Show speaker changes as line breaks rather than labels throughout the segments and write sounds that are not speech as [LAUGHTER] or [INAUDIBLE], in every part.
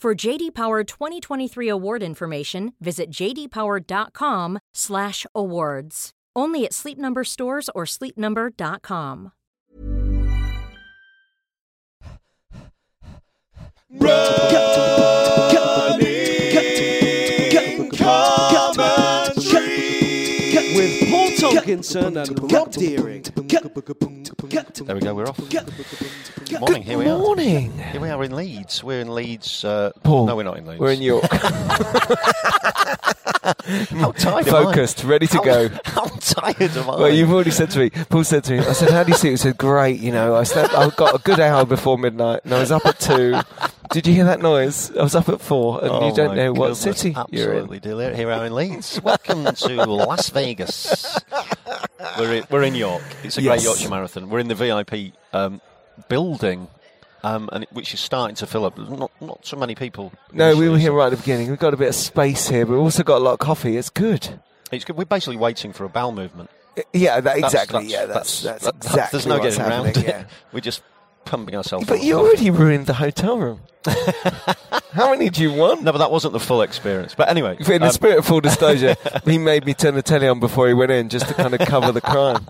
For JD Power 2023 award information, visit jdpower.com/awards. Only at Sleep Number stores or sleepnumber.com.
with Paul Tolkinson and Rob Deering.
There we go, we're off.
Good
Morning, here we are.
morning.
Here we are in Leeds. We're in Leeds. Uh,
Paul,
no, we're not in Leeds.
We're in
[LAUGHS]
York.
How tired am I?
Focused, ready to
How-
go.
[LAUGHS] How tired am I?
Well, you've already said to me, Paul said to me, I said, how do you sleep? He said, great, you know, I slept, I got a good hour before midnight and I was up at two. Did you hear that noise? I was up at four and
Oh
you don't
my
know what
goodness,
city you're in.
Absolutely delirious. Here we are in Leeds. Welcome to Las Vegas. We're in, we're in York. It's a great
Yes.
Yorkshire Marathon. We're in the VIP um, building, um, and it- which is starting to fill up. Not not so many people.
No, we
initially,
were here
so-
right at the beginning. We've got a bit of space here, but we've also got a lot of coffee. It's good.
It's good. We're basically waiting for a bowel movement.
Yeah, that,
That's-
exactly. yeah, that's, that's, exactly.
There's no
what's
getting around
happening,
it. [LAUGHS] Oh.
yeah.
We're just pumping ourselves. full
But
of
you
coffee.
already ruined the hotel room.
[LAUGHS]
How many do you want?
No, but that wasn't the full experience. But anyway,
In the
um,
spirit of
[LAUGHS]
full disclosure, he made me turn the telly on before he went in just to kind of cover
[LAUGHS]
the crime.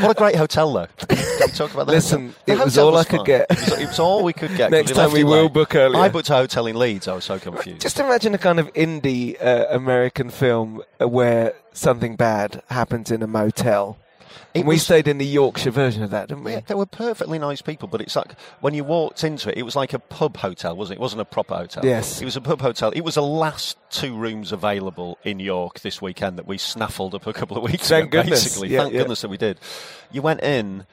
what a great hotel, though. Can we talk about that?
Listen,
The
it was
hotel
all I could
fine.
get.
It was, it was all we could get. 'cause
Next
we
time
left
we
it
will
late.
book earlier.
I booked a hotel in Leeds. I was so confused.
Just imagine a kind of indie uh, American film uh, where something bad happens in a motel.
It
And we
was-
stayed in the Yorkshire version of that, didn't we?
Yeah, they were perfectly nice people, but it's like when you walked into it, it was like a pub hotel, wasn't it? It wasn't a proper hotel.
Yes.
It was a pub hotel. It was the last two rooms available in York this weekend that we snaffled up a couple of weeks
Thank
ago,
goodness.
basically.
Yeah,
Thank
yeah.
goodness that we did. You went in.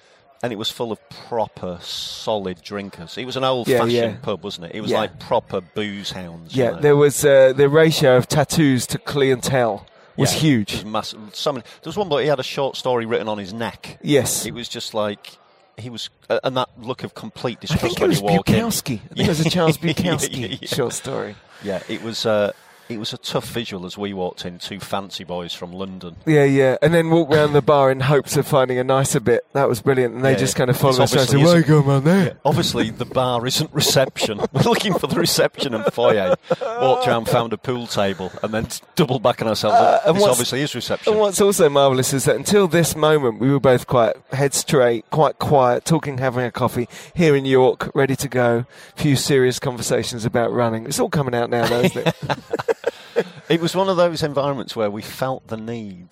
And it was full of proper, solid drinkers. It was an old-fashioned
yeah.
pub, wasn't it? It was
Yeah.
like proper booze hounds. you
Yeah,
know.
there was uh, the ratio of tattoos to clientele was
Yeah. It
huge.
was massive. Some, there was one boy. He had a short story written on his neck.
Yes.
It was just like he was, uh, and that look of complete
I
disgust
think it
when
was
you walk
Bukowski. I
in.
think it was a Charles
[LAUGHS]
Bukowski
Yeah, yeah, yeah.
short story.
Yeah, it was. Uh, it was a tough visual as we walked in. Two fancy boys from London.
Yeah, yeah. And then walk round the bar in hopes of finding a nicer bit. That was brilliant. And they
Yeah,
just
yeah.
kind of followed
It's
us around and said,
obviously
Why are you
isn't-
going round there?
Obviously, the bar isn't reception. [LAUGHS] We're looking for the reception and foyer. Walked around, found a pool table, and then doubled back on ourselves.
Uh, and
this
what's-
obviously is reception.
And what's also marvellous is that until this moment, we were both quite head straight, quite quiet, talking, having a coffee here in York, ready to go. Few serious conversations about running. It's all coming out now, though,
[LAUGHS]
isn't it?
It was one of those environments where we felt the need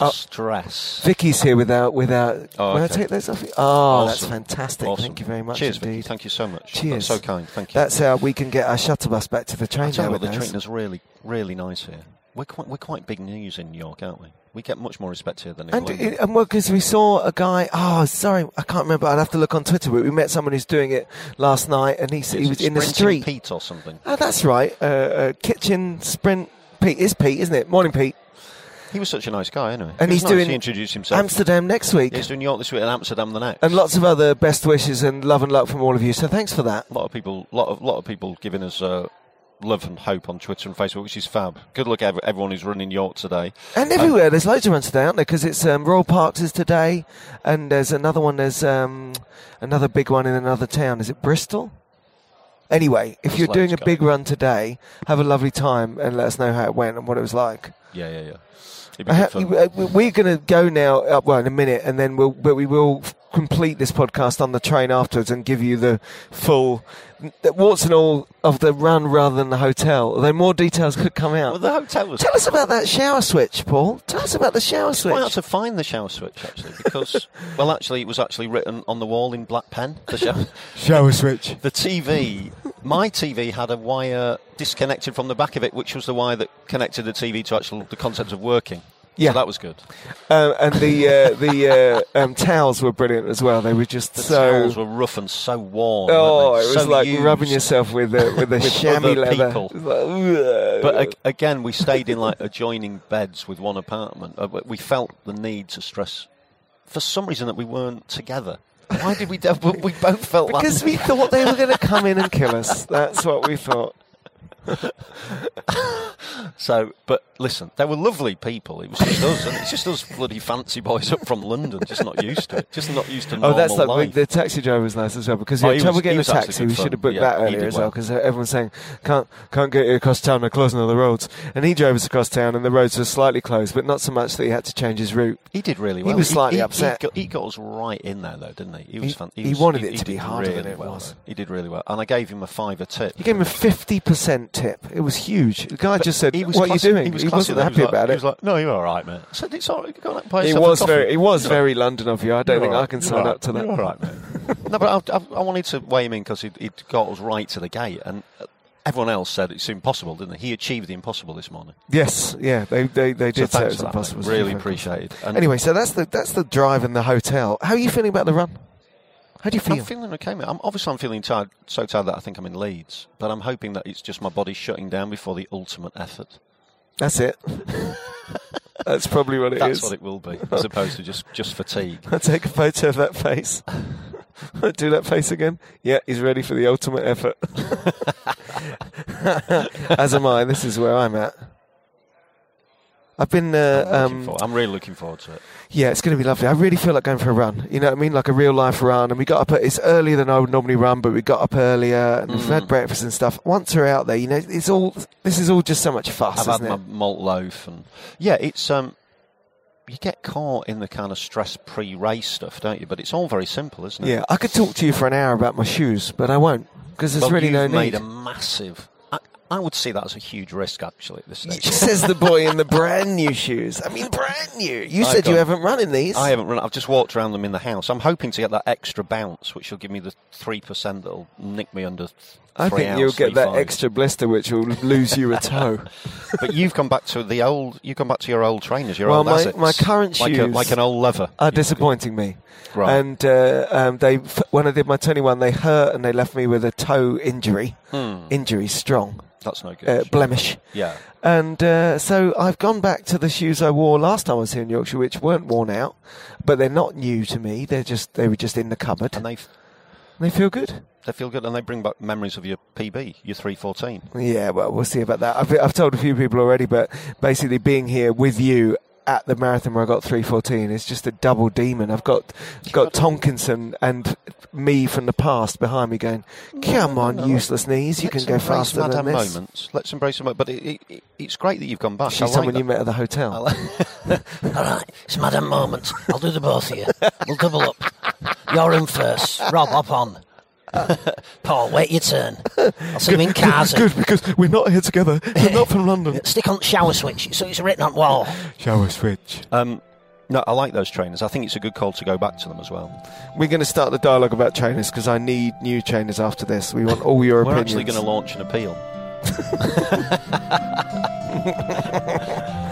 Uh,
to stress.
Vicky's here without without.
Oh,
will I
okay.
take those off? you? Oh, that's
Awesome.
fantastic!
Awesome.
Thank you very much
Cheers,
indeed.
Vicky. Thank you so much. That's
Cheers.
so kind. Thank you.
That's how we can get our shuttle bus back to the train.
I tell you
now
what, the
with those.
treatment's really, really nice here. We're quite, we're quite big news in York, aren't we? We get much more respect here than in
And,
London.
it- and well, because we saw a guy. Oh, sorry, I can't remember. I'd have to look on Twitter. But we met someone who's doing it last night, and he, s- he
It's
was in the
Sprinting
street.
Pete or something.
Oh, that's right. Uh, uh, kitchen sprint. Pete is Pete, isn't it? Morning, Pete.
He was such a nice guy, anyway.
And
He was
he's
nice.
doing
He introduced himself.
Amsterdam next week,
He's doing York this week and Amsterdam the next.
and lots of other best wishes and love and luck from all of you. So thanks for that.
a lot of people, lot of lot of people giving us uh, love and hope on Twitter and Facebook, which is fab. Good luck, ev- everyone who's running York today.
And everywhere, there's loads of runs today, aren't there? Because it's um, Royal Parks is today, and there's another one. There's um, another big one in another town. Is it Bristol? Anyway, if you're
Slow
doing
to
a
go.
big run today, have a lovely time and let us know how it went and what it was like.
Yeah, yeah, yeah. It'd be
I ha-
good fun.
you- uh, we- We're going to go now. Uh, well, in a minute, and then we'll but we will f- complete this podcast on the train afterwards and give you the full the warts and all of the run rather than the hotel. Although more details could come
well,
out.
the hotel was.
Tell us about that shower switch, Paul. Tell us about the shower
I had
switch.
to find the shower switch actually because, well, actually, it was actually written on the wall in black pen. The shower.
Shower switch.
The TV, my TV had a wire disconnected from the back of it, which was the wire that connected the TV to actual the concept of working.
Yeah.
so that was good.
Um, and the uh, the uh, um, towels were brilliant as well. They were just
The
so.
towels were rough and so warm.
Oh,
weren't
it
they?
was
So
like
used.
rubbing yourself with a,
[LAUGHS]
with a chamois
other
leather.
people.
It was like,
But ag- again, we stayed in like adjoining beds with one apartment. Uh, but We felt the need to stress, for some reason, that we weren't together. Why did we? [LAUGHS] do- but uh, we both felt like
[LAUGHS] Because we thought they were going to come in and kill us. That's what we thought.
So, but listen, they were lovely people. It was just us, and it's just us bloody fancy boys up from London, just not used to it, just not used to normal
Oh, that's
life.
like the taxi driver was nice as well because you
Oh,
had
he
trouble
was-
getting
he
a
was actually
taxi.
good
We
fun.
should have booked
Yeah,
that
he
earlier
did
as well
well.
because everyone's saying can't can't get you across town. They're closing all the roads, and he drove us across town, and the roads were slightly closed, but not so much that he had to change his route.
He did really
He
well.
was slightly
he,
upset.
He got, he got us right in there, though, didn't he? He was
He-
fan-
he
was-
wanted it to be
did
harder than
really
it
well,
was.
though. He did really well, and I gave him a fiver tip.
He gave him a fifty percent tip. It was huge. The guy just said,
He was
"What are you
classy-
doing?" He,
was
was not
classy though.
happy
He was like-
about
He
it.
was like, "No, you're all right, mate." I said, "It's all right. Go and play
He
yourself a
was
coffee."
very, he was
You're
very London of you. I don't
You're
think
all
I
right.
can
You're
sign
all
up to
right.
that.
You're all right, mate. no, but I, I, I wanted to weigh him in because he'd, he'd got us right to the gate, and uh, everyone else said it's impossible, didn't they? He achieved the impossible this morning.
Yes, yeah, they they, they
So
did say it
thanks
was
for that,
impossible.
mate. Really appreciated. And
Anyway, so that's the that's the drive and the hotel. How are you feeling about the run? How do you
I'm
feel?
feeling okay, mate. I'm, obviously, I'm feeling tired, so tired that I think I'm in Leeds, but I'm hoping that it's just my body shutting down before the ultimate effort.
That's
[LAUGHS]
it. That's probably what it is.
That's
[LAUGHS]
what it will be, as opposed to just, just fatigue.
I'll take a photo of that face. [LAUGHS] Do that face again. Yeah, he's ready for the ultimate effort. [LAUGHS] As am I. This is where I'm at. I've been. [LAUGHS] Uh,
I'm, looking
um,
for- I'm really looking forward to it.
Yeah, it's going to be lovely. I really feel like going for a run. You know what I mean? Like a real life run. And we got up, at, it's earlier than I would normally run, but we got up earlier and we've
Mm.
had breakfast and stuff. Once we're out there, you know, it's all, this is all just so much fuss,
I've had
isn't
my
it?
malt loaf, and yeah, it's um, you get caught in the kind of stress pre-race stuff, don't you? But it's all very simple, isn't it?
Yeah, I could talk to you for an hour about my shoes, but I won't because there's
Well,
really
you've
no
made
need.
a
[LAUGHS]
massive. I, I would see that as a huge risk, actually, at this stage.
Says the boy in the brand new shoes. I mean, brand new. You
I've
said you
got-
haven't run in these.
I haven't run. I've just walked around them in the house. I'm hoping to get that extra bounce, which will give me the three percent that'll nick me under. th-
I
three
think
hours,
you'll get
three
that
fives.
extra blister, which will lose you a
[LAUGHS]
toe.
But you've come back to the old. You've come back to your old trainers. Your
Well,
old
my-
Asics.
my current
like a,
shoes
like an old leather.
are Ah, disappointing me.
Right.
And uh, um, they, f- when I did my 21, they hurt and they left me with a toe injury. Injury strong,
Hmm, That's no good.
uh, blemish.
yeah.
And uh, so I've gone back to the shoes I wore last time I was here in Yorkshire, which weren't worn out, but they're not new to me. They're just they were just in the cupboard.
And
And
they
they feel good.
they feel good, and they bring back memories of your PB, your three fourteen.
Yeah, well, we'll see about that. I've, I've told a few people already, but basically being here with you at the marathon where I got 314 is just a double demon. I've got got Tonkinson and me from the past behind me going, come on, useless knees, you can
Let's
go
embrace
faster than
Madame
this.
Moments. Let's embrace them. But it, it, it- it's great that you've gone back. I
She's
like
someone
that.
you met at the hotel. [LAUGHS]
All right, it's Madam Moment. I'll do the both of you. We'll double up. You're in first. Rob, hop on. [LAUGHS] Paul, wait your turn. I'll see you in cars.
Good, because we're not
[LAUGHS]
here together. We're not from London.
Stick on shower switch, so it's written on [LAUGHS] wall.
Shower switch.
Um, no, I like those trainers. I think it's a good call to go back to them as well.
We're going to start the dialogue about trainers because I need new trainers after this. We want all your
We're
opinions.
actually going to launch an appeal.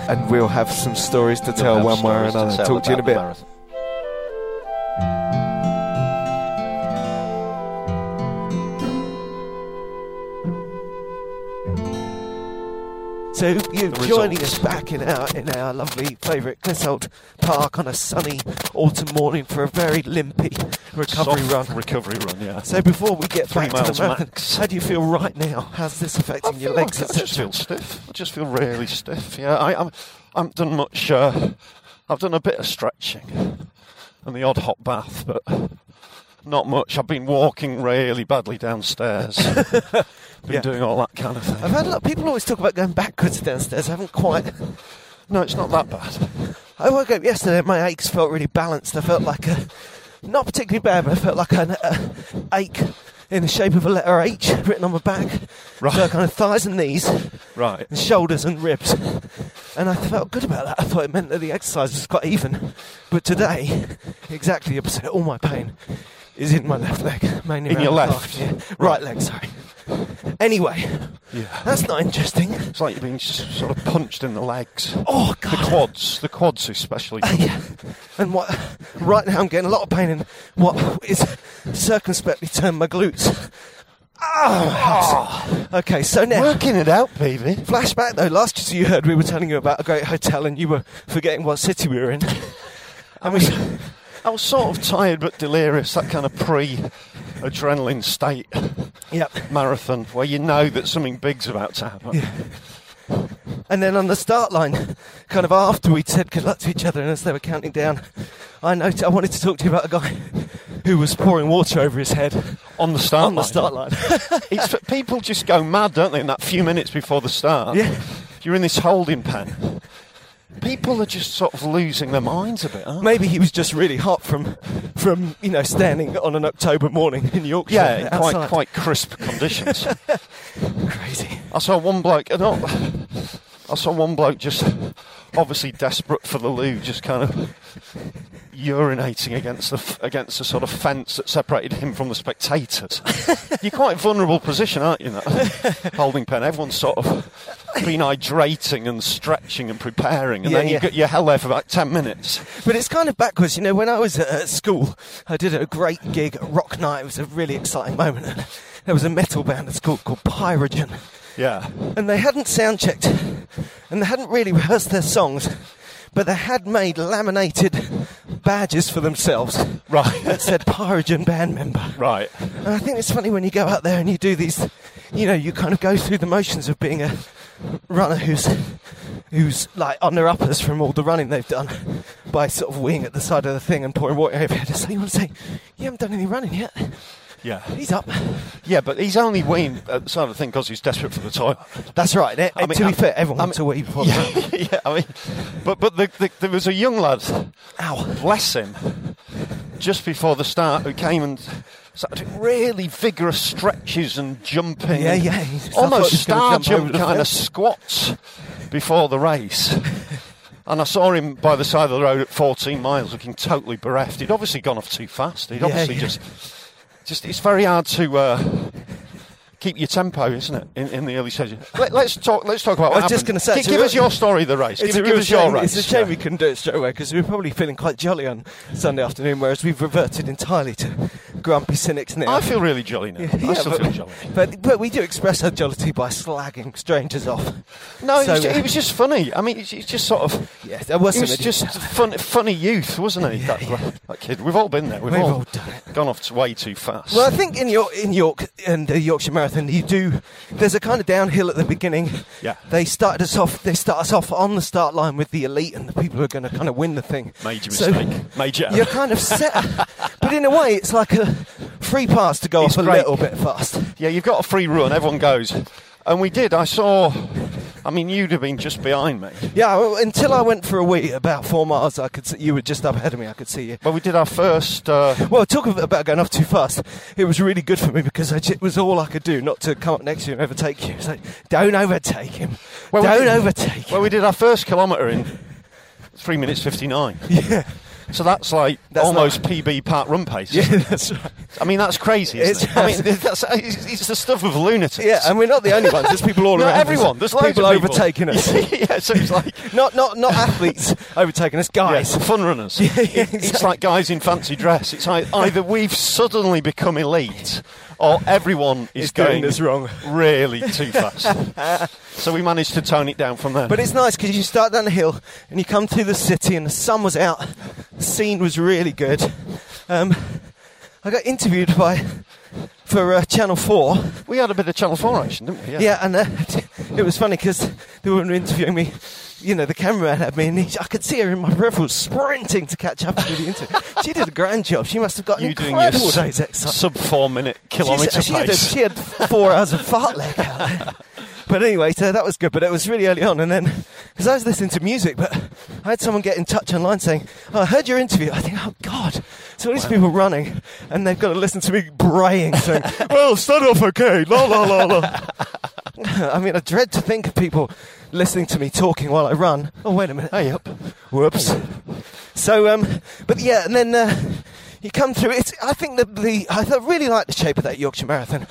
and we'll have some stories to tell
We'll have
one way or
stories to
another.
tell
Talk to you in a
about
bit.
the marathon.
So you're
The
joining
results.
us back in our in our lovely favourite Clissold Park on a sunny autumn morning for a very limpy recovery
Soft
run.
recovery run, yeah.
So before we get
Three
back to
miles
the marathon,
max.
how do you feel right now? How's this affecting your legs?
I
etc.?
just feel stiff. I just feel really stiff. Yeah, I, I'm. I've done much. Uh, I've done a bit of stretching and the odd hot bath, but
Not much. I've been walking really badly
[LAUGHS]
downstairs. been
Yeah.
doing all that kind of thing.
I've had a lot of people always talk about going backwards downstairs. I haven't quite.
No, it's not that bad.
I woke up yesterday. My aches felt really balanced. I felt like a, not particularly bad, but I felt like an uh, ache in the shape of a letter H written on my back.
Right.
So kind of thighs and knees,
Right.
and shoulders and ribs, and I felt good about that. I thought it meant that the exercise was quite even, but today, exactly the opposite. All my pain is in my left leg, mainly
In
around
your
the
left?
calf, yeah. right leg. Sorry. Anyway,
Yeah.
that's not interesting.
It's like you've been s- sort of punched in the legs.
Oh
The
God.
quads. The quads
[LAUGHS]
especially.
yeah. And what? Right now, I'm getting a lot of pain in what is circumspectly termed my glutes. Ah. Okay, so now.
Working it out, baby.
Flashback though, last as you heard, we were telling you about a great hotel and you were forgetting what city we were in. And we.
I was sort of tired but delirious, that kind of pre-adrenaline state
Yep.
marathon where you know that something big's about to happen.
And then on the start line, kind of after we'd said good luck to each other and as they were counting down, I noticed I wanted to talk to you about a guy who was pouring water over his head
On the start
on the
line.
start line.
[LAUGHS] it's, people just go mad, don't they, in that few minutes before the start?
Yeah.
You're in this holding pen. People are just sort of losing their minds a bit, aren't they?
Maybe he was just really hot from, from you know, standing on an October morning in Yorkshire.
Yeah, in quite
outside.
quite crisp conditions.
crazy.
I saw one bloke. uh, Not, I saw one bloke just obviously desperate for the loo, just kind of urinating against the f- against the sort of fence that separated him from the
[LAUGHS]
spectators. You're quite a vulnerable position, aren't you? in That holding pen. Everyone's sort of been hydrating and stretching and preparing, and
Yeah,
then you
yeah.
get your hell there for about ten minutes.
But it's kind of backwards, you know. When I was at, at school, I did a great gig at Rock Night. It was a really exciting moment. There was a metal band at school called Pyrogen,
Yeah,
and they hadn't sound checked, and they hadn't really rehearsed their songs, but they had made laminated badges for themselves
right,
that said Pyrogen band member.
right.
And I think it's funny when you go out there and you do these, you know, you kind of go through the motions of being a runner who's who's like on their uppers from all the running they've done by sort of winging at the side of the thing and pouring water over your head. So you want to say, you haven't done any running yet.
Yeah,
He's up.
yeah, but he's only weaned uh, at the side of the thing because he's desperate for the toilet.
That's right. And,
I mean,
to
I-
be fair, everyone
I
wants to wee before the
[LAUGHS]
run.
yeah, yeah, I mean, but but the, the, there was a young lad,
Ow.
bless him, just before the start, who came and started doing really vigorous stretches and jumping,
Yeah,
and
yeah, he just- I thought
almost
he was gonna
star
jump over
jump
the
kind of
fence.
squats before the
[LAUGHS]
race. And I saw him by the side of the road at 14 miles, looking totally bereft. He'd obviously gone off too fast. He'd
Yeah,
obviously
yeah.
just, just. It's very hard to. Uh, Keep your tempo, isn't it, in, in the early stages? Let, us talk. Let's talk about. What
I was just
happened.
gonna say,
Gi-
it's a
give
real-
us your story. of The race.
It's
give
a,
give
real
us your
shame,
race.
it's a shame
yeah.
we couldn't do it straight away because we were probably feeling quite jolly on Sunday afternoon, whereas we've reverted entirely to grumpy cynics now.
I feel really jolly now. I still
but,
feel jolly.
But, but we do express our jollity by slagging strangers off.
No,
So,
it, was,
uh,
it was just funny. I mean, it's, it's just sort of.
Yeah, there was
It was
some-
just fun, [LAUGHS] funny youth, wasn't he? that, that kid. We've all been there. We've,
We've
all,
all done it.
gone off to way too fast.
Well, I think in York, in York and the Yorkshire Marathon, you do. There's a kind of downhill at the beginning.
Yeah.
They started us off. They start us off on the start line with the elite and the people who are going to kind of win the thing.
Major
So
mistake. Major error.
[LAUGHS] You're kind of set, but in a way, it's like a free pass to go
It's
off a
great.
little bit fast.
Yeah, you've got a free run. Everyone goes, and we did. I saw. I mean, you'd have been just behind me.
Yeah. well, Until I went for a wee, about four miles, I could. See, you were just up ahead of me. I could see you.
But we did our first. Uh,
Well, talk of- about going off too fast. It was really good for me because I j- it was all I could do not to come up next to you and overtake you. It's like, don't overtake him.
Well, we
don't
did-
overtake him.
well, we did our first kilometre in three minutes fifty-nine.
[LAUGHS] yeah.
So that's like
That's
almost PB part run pace.
yeah, that's right.
I mean, that's crazy. Isn't it?
It's-
I mean, that's, it's, it's the stuff of lunatics.
Yeah, and we're [LAUGHS] not the only ones. There's people all
No,
around. us.
everyone. There's loads
people
of people
overtaking us.
[LAUGHS]
[LAUGHS]
yeah, so it's like
not, not, not athletes overtaking us, guys.
guys, fun runners.
[LAUGHS]
It- It's
exactly.
like guys in fancy dress. It's like either we've suddenly become elite, or everyone is
It's doing
going
us wrong. [LAUGHS]
really too fast. so we managed to tone it down from there.
But it's nice because you start down the hill and you come through the city, and the sun was out. The scene was really good. Um, I got interviewed by for uh, Channel 4.
We had a bit of Channel 4 action, didn't we?
Yeah, and uh, [LAUGHS] it was funny because they were interviewing me. You know, the cameraman had me, and he, I could see her in my peripherals sprinting to catch up with the interview.
[LAUGHS]
she did a grand job. She must have got an
You doing your
incredible
s-
day's exercise.
sub four minute kilometre
She's- she, had a-
pace.
she had four hours of fart
[LAUGHS]
leg out. But anyway, so that was good. But it was really early on, and then because I was listening to music, but I had someone get in touch online saying, oh, "I heard your interview." I think, "Oh God!" So all these people running, and they've got to listen to me braying, saying,
Oh,
"Well, start off okay, la la la [LAUGHS] la." I mean, I dread to think of people listening to me talking while I run. Oh wait a minute, hey up, whoops. So, um, but yeah, and then uh, you come through. It's, I think the, the I th- really like the shape of that Yorkshire Marathon.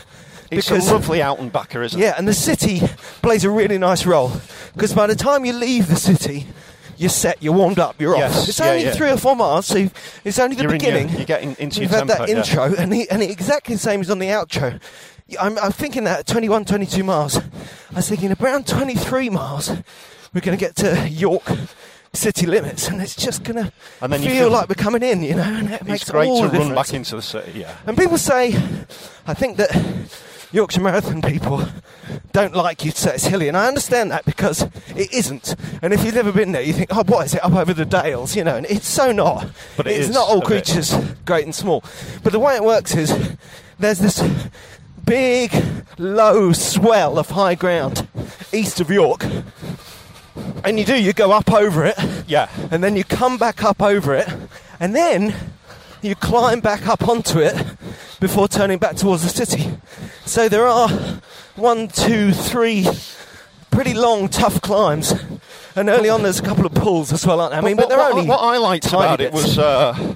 It's a lovely out and backer, isn't
yeah, and the city plays a really nice role because by the time you leave the city, you're set, you're warmed up, you're
Yes,
off. It's
yeah,
only
yeah.
three or four miles, so you've- it's only the
You're in your-
beginning.
you're getting into
You've
your
had that
tempo, yeah.
intro, and, the, and the exactly the same as on the outro. Y- I'm, I'm thinking that at 21, 22 miles, I was thinking around 23 miles, we're going to get to York city limits, and it's just going to
And then you
feel,
feel-
like we're coming in, you know. And it
it?
makes
It's great
all
to
the
run
difference.
back into the city, yeah.
And people say, I think that Yorkshire Marathon people don't like you to say it's hilly, and I understand that because it isn't. And if you've never been there, you think, oh, what is it up over the dales, you know? And it's so not.
But it
it's
is
not all
a bit.
creatures, great and small. But the way it works is there's this big, low swell of high ground east of York, and you do you go up over it,
Yeah.
and then you come back up over it, and then you climb back up onto it before turning back towards the city. So there are one, two, three pretty long, tough climbs, and early on there's a couple of pulls as well, aren't there? I mean, but,
what,
they're
what-
only
what I liked
tiny
about it
bits.
was uh,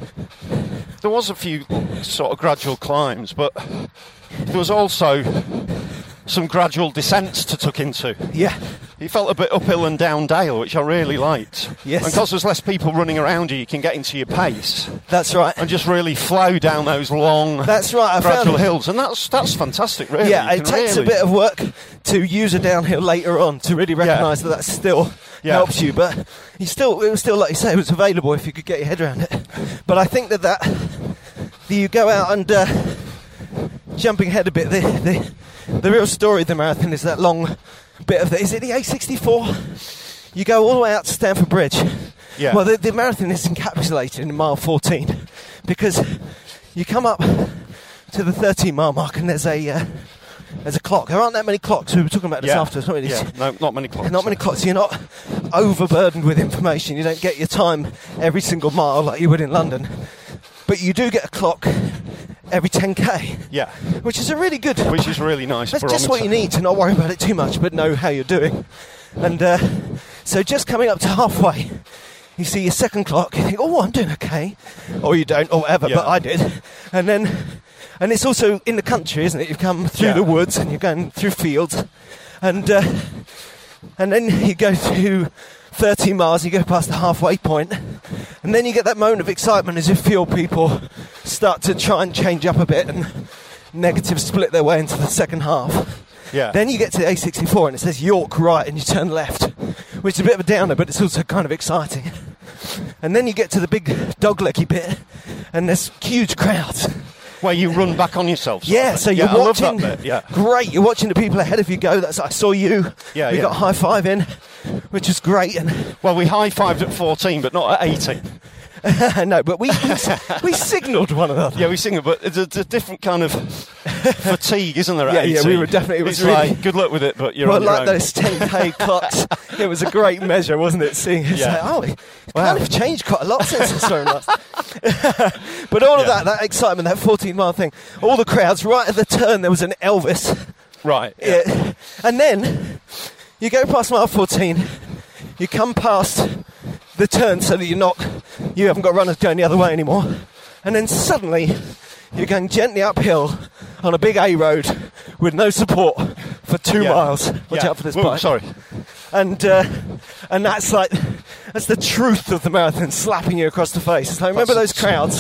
there was a few sort of gradual climbs, but there was also some gradual descents to tuck into.
yeah,
He felt a bit uphill and down dale, which I really liked.
Yes.
And because there's less people running around you, you can get into your pace
that's right.
and just really flow down those long
That's right. I found
gradual
it-
hills. And that's that's fantastic, really.
Yeah,
You
it
can
takes
really-
a bit of work to use a downhill later on to really recognise that that still
Yeah.
helps you. But you still, it was still like you say, it was available if you could get your head around it. But I think that that, that you go out and uh, jumping ahead a bit. The, the the real story of the marathon is that long bit of the. Is it the A64? You go all the way out to Stamford Bridge.
Yeah.
Well, the, the marathon is encapsulated in mile 14 because you come up to the 13 mile mark and there's a uh, there's a clock. There aren't that many clocks. We were talking about this
yeah.
afterwards. Not really.
yeah. No, not many clocks.
[LAUGHS] Not many clocks. You're not overburdened with information. You don't get your time every single mile like you would in London, but you do get a clock every 10k,
Yeah.
which is a really good.
Which is really nice.
[LAUGHS] That's just what
barometer.
you need to not worry about it too much, but know how you're doing. And uh, so, just coming up to halfway, you see your second clock. You think, "Oh, I'm doing okay," or you don't, or whatever.
Yeah.
But I did, and then, and it's also in the country, isn't it? You've come through
Yeah.
the woods and you're going through fields, and uh, and then you go to 30 miles. You go past the halfway point, and then you get that moment of excitement as if field people start to try and change up a bit and negative split their way into the second half.
Yeah.
Then you get to the A64 and it says York right and you turn left, which is a bit of a downer, but it's also kind of exciting. And then you get to the big dogleggy bit and there's huge crowds.
Where you run back on yourself. sort of
Yeah,
thing.
so you're
yeah,
watching.
I love that bit. Yeah.
Great, you're watching the people ahead of you go. That's I saw you.
Yeah,
we
yeah.
got high five in, which was great. And [LAUGHS]
Well, we high fived at 14, but not at 18.
no, but we we, s- we signalled one another.
Yeah, we sing it, but it's a, it's a different kind of
[LAUGHS]
fatigue, isn't there? at
Yeah, yeah,
18?
we were definitely- it was
it's
really-
like, good luck with it, but you're
well,
on your
like
own.
those
[LAUGHS]
10k clocks, it was a great measure, wasn't it? Seeing it's
Yeah.
like, oh, it kind of changed quite a lot since it's thrown last. [LAUGHS] but all of
Yeah.
that, that excitement, that 14 mile thing, all the crowds right at the turn, there was an Elvis.
Right. Yeah.
Yeah. And then you go past mile 14, you come past the turn so that you're not, you haven't got runners going the other way anymore. And then suddenly you're going gently uphill on a big A road with no support for two
Yeah.
miles. Watch
Yeah.
out for this
Whoa,
bike.
Sorry.
And, uh, and that's like, that's the truth of the marathon slapping you across the face. It's like, remember
That's
those
a-
crowds?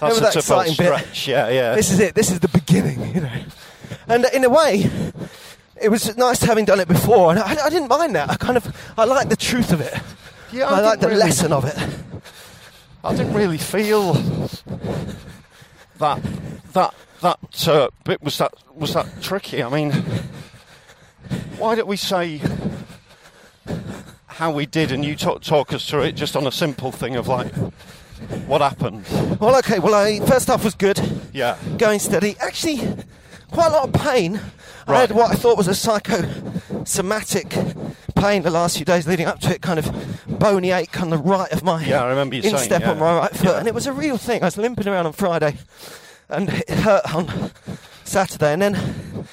That's
remember
such
that
a
exciting
exciting
bit?
stretch. Yeah, yeah.
this is it. This is the beginning, you know. And in a way, it was nice having done it before, and I, I didn't mind that. I kind of I like the truth of it.
yeah,
I, like
didn't
the
really-
lesson of it.
I didn't really feel that that that uh, bit was that was that tricky. I mean, why don't we say how we did, and you talk, talk us through it just on a simple thing of like what happened?
Well, okay. Well, I first half was good,
Yeah,
going steady. Actually, quite a lot of pain. I had
Right.
what I thought was a psychosomatic pain the last few days leading up to it, kind of bony ache on the right of my
Yeah, I remember you saying,
instep on
yeah.
my right foot,
Yeah.
and it was a real thing. I was limping around on Friday, and it hurt on Saturday, and then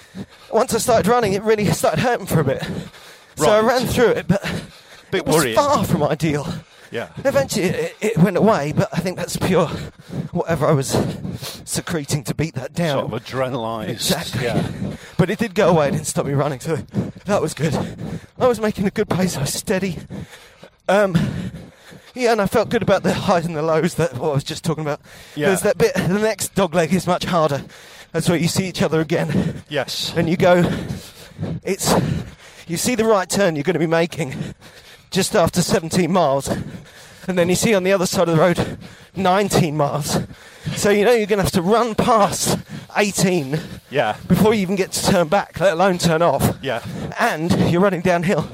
once I started running, it really started hurting for a bit. So I
Right.
ran through it, but
bit
it was
worrying.
far from ideal.
Yeah.
Eventually, it, it went away, but I think that's pure whatever I was secreting to beat that down.
Sort of adrenalised.
Exactly.
Yeah.
[LAUGHS] But it did go away. It didn't stop me running, so that was good. I was making a good pace. I was steady. Um, yeah, and I felt good about the highs and the lows that what I was just talking about.
Yeah.
There's that bit. The next dog leg is much harder. That's where you see each other again,
Yes.
and you go. It's you see the right turn you're going to be making just after 17 miles, and then you see on the other side of the road 19 miles. So you know you're going to have to run past 18
Yeah.
before you even get to turn back, let alone turn off.
Yeah.
And you're running downhill.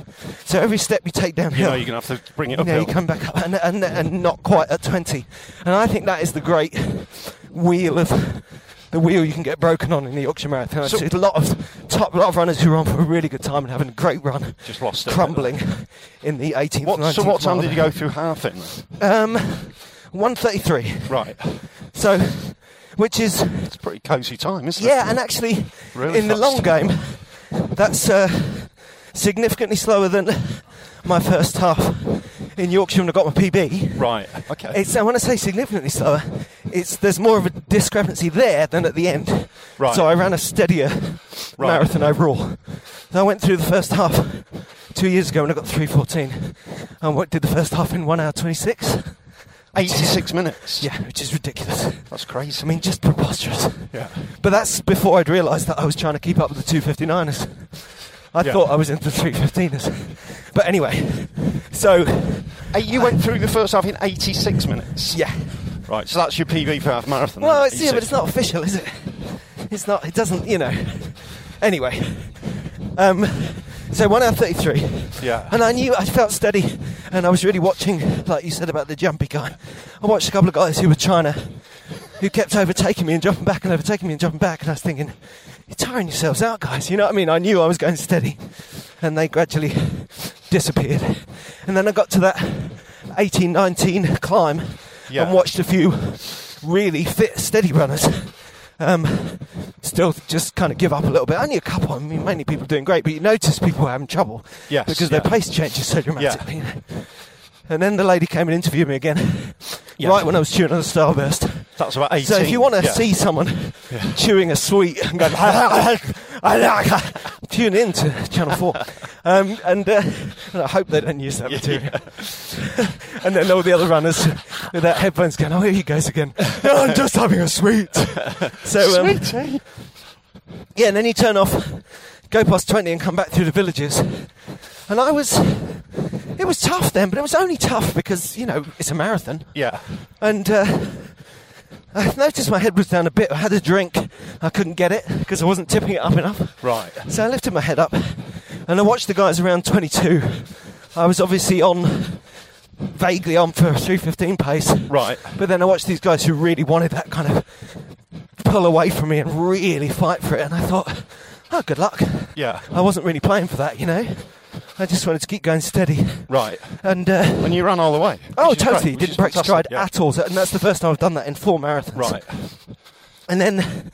So every step you take
You
downhill,
know you're gonna have to bring it
you
up.
know, you come back up and, and, and not quite at 20. And I think that is the great wheel of the wheel you can get broken on in the Yorkshire Marathon. I
So-
see a lot of top lot of runners who run for a really good time and having a great run,
Just lost it.
crumbling in the 18th.
What, so
19th
what time
mile.
did you go through half in?
Um, 133.
Right.
So, which is
It's a pretty cosy time, isn't it?
Yeah, and actually,
Really
in the
fast.
long game, that's uh, significantly slower than my first half in Yorkshire when I got my PB.
Right. Okay.
It's, I want to say significantly slower. It's there's more of a discrepancy there than at the end.
Right.
So I ran a steadier
Right.
marathon overall. So I went through the first half two years ago when I got three fourteen, and what did the first half in one hour twenty six?
86 minutes.
Yeah, which is ridiculous.
That's crazy.
I mean, just preposterous.
Yeah.
But that's before I'd realised that I was trying to keep up with the 259ers. I
Yeah.
thought I was into the 315ers. But anyway, so
Hey, you went through the first half in 86 minutes.
yeah.
Right, so that's your PB for half marathon.
Well,
then,
it's, yeah, but
86.
it's not official, is it? It's not, it doesn't, you know. Anyway, um, so 1 hour 33.
Yeah.
And I knew I felt steady, and I was really watching, like you said about the jumpy guy. I watched a couple of guys who were trying to, who kept overtaking me and jumping back and overtaking me and jumping back, and I was thinking, you're tiring yourselves out, guys. You know what I mean? I knew I was going steady, and they gradually disappeared. And then I got to that 18, 19 climb,
Yeah.
and watched a few really fit, steady runners. Um, [LAUGHS] still just kind of give up a little bit. Only a couple. I mean, mainly people doing great, but you notice people were having trouble
Yes,
because
yeah.
their pace changes so dramatically. And then the lady came and interviewed me again,
Yeah.
right when I was chewing on a starburst.
That's about 18.
So if you want to
yeah.
see someone chewing a sweet and going, tune in to
[LAUGHS]
Channel 4. Um, and, uh, and I hope they don't use that material. [LAUGHS] and then all the other runners with their headphones going, oh, here he goes again. [LAUGHS] No, I'm just having
[LAUGHS]
a sweet. So, um, yeah, and then you turn off, go past 20 and come back through the villages. And I was, it was tough then, but it was only tough because, you know, it's a marathon
Yeah.
and uh, I noticed my head was down a bit. I had a drink. I couldn't get it because I wasn't tipping it up enough.
Right.
So I lifted my head up and I watched the guys around 22. I was obviously on, vaguely on for a 315 pace.
Right.
But then I watched these guys who really wanted that kind of pull away from me and really fight for it. And I thought, oh, good luck.
Yeah.
I wasn't really playing for that, you know. I just wanted to keep going steady.
Right.
And uh,
And you ran all the way.
Oh,
which is great,
totally.
which is
Didn't break
fantastic,
stride
yeah.
at all. So- And that's the first time I've done that in four marathons.
Right.
And then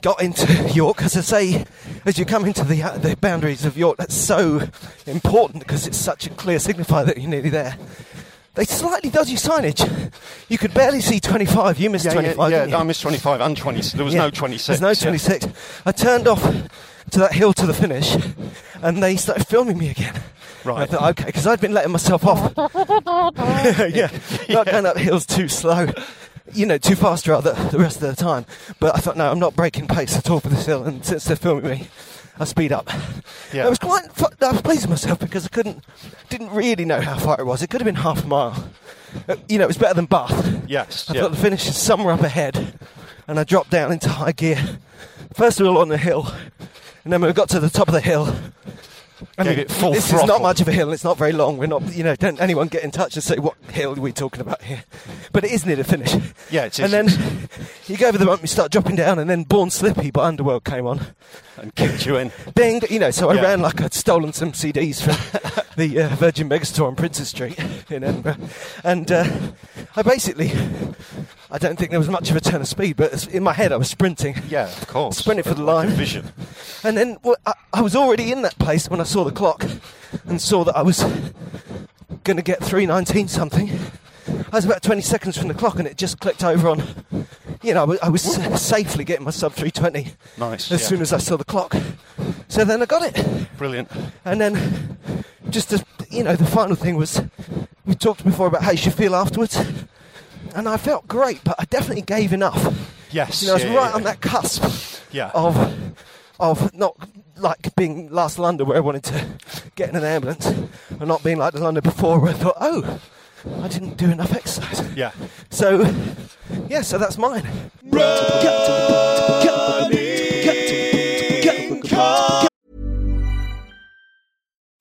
got into [LAUGHS] York. As I say, as you come into the, uh, the boundaries of York, that's so important because it's such a clear signifier that you're nearly there. They slightly dodgy signage. You could barely see 25. You missed
Yeah,
25.
yeah,
didn't
yeah.
you?
I missed 25 and 20. There was
Yeah.
no 26.
There's no
yeah.
26. I turned off to that hill to the finish, and they started filming me again.
Right.
I thought, okay, because I'd been letting myself off.
[LAUGHS]
[LAUGHS] yeah, not going up hills too slow, you know, too fast rather the rest of the time. But I thought, no, I'm not breaking pace at all for this hill, and since they're filming me, I speed up.
Yeah.
I was quite, fu- I was pleased with myself because I couldn't, didn't really know how far it was. It could have been half a mile. Uh, You know, it was better than Bath.
Yes,
I
yeah.
thought the finish is somewhere up ahead, and and I dropped down into high gear. First we were on the hill, and then when we got to the top of the hill,
And you
Okay,
get full
this
throttle.
is not much of a hill. It's not very long. We're not, you know, don't anyone get in touch and say what hill are we talking about here. But it is near the finish.
Yeah, it is.
And then you go over the bump, you start dropping down, and then Born Slippy by Underworld came on.
and kicked you in.
Ding, you know. So I
Yeah.
ran like I'd stolen some CDs
[LAUGHS]
from the uh, Virgin Megastore on Princes Street in Edinburgh, and uh, I basically, I don't think there was much of a turn of speed, but in my head I was sprinting.
Yeah, of course.
Sprinted for the
Like a
line.
Vision.
And then well, I, I was already in that place when I saw the clock and saw that I was going to get 3.19 something. I was about 20 seconds from the clock and it just clicked over on, you know, I was, I was sa- safely getting my sub 3.20
Nice.
as
yeah.
soon as I saw the clock. So then I got it.
Brilliant.
And then just, as, you know, the final thing was we talked before about how you should feel afterwards. And I felt great, but I definitely gave enough.
Yes.
You know, I was
yeah,
right
yeah,
on
yeah.
that cusp
Yeah.
of of not like being last London where I wanted to get in an ambulance, and not being like the London before where I thought, oh, I didn't do enough exercise.
Yeah.
So, yeah, so that's mine.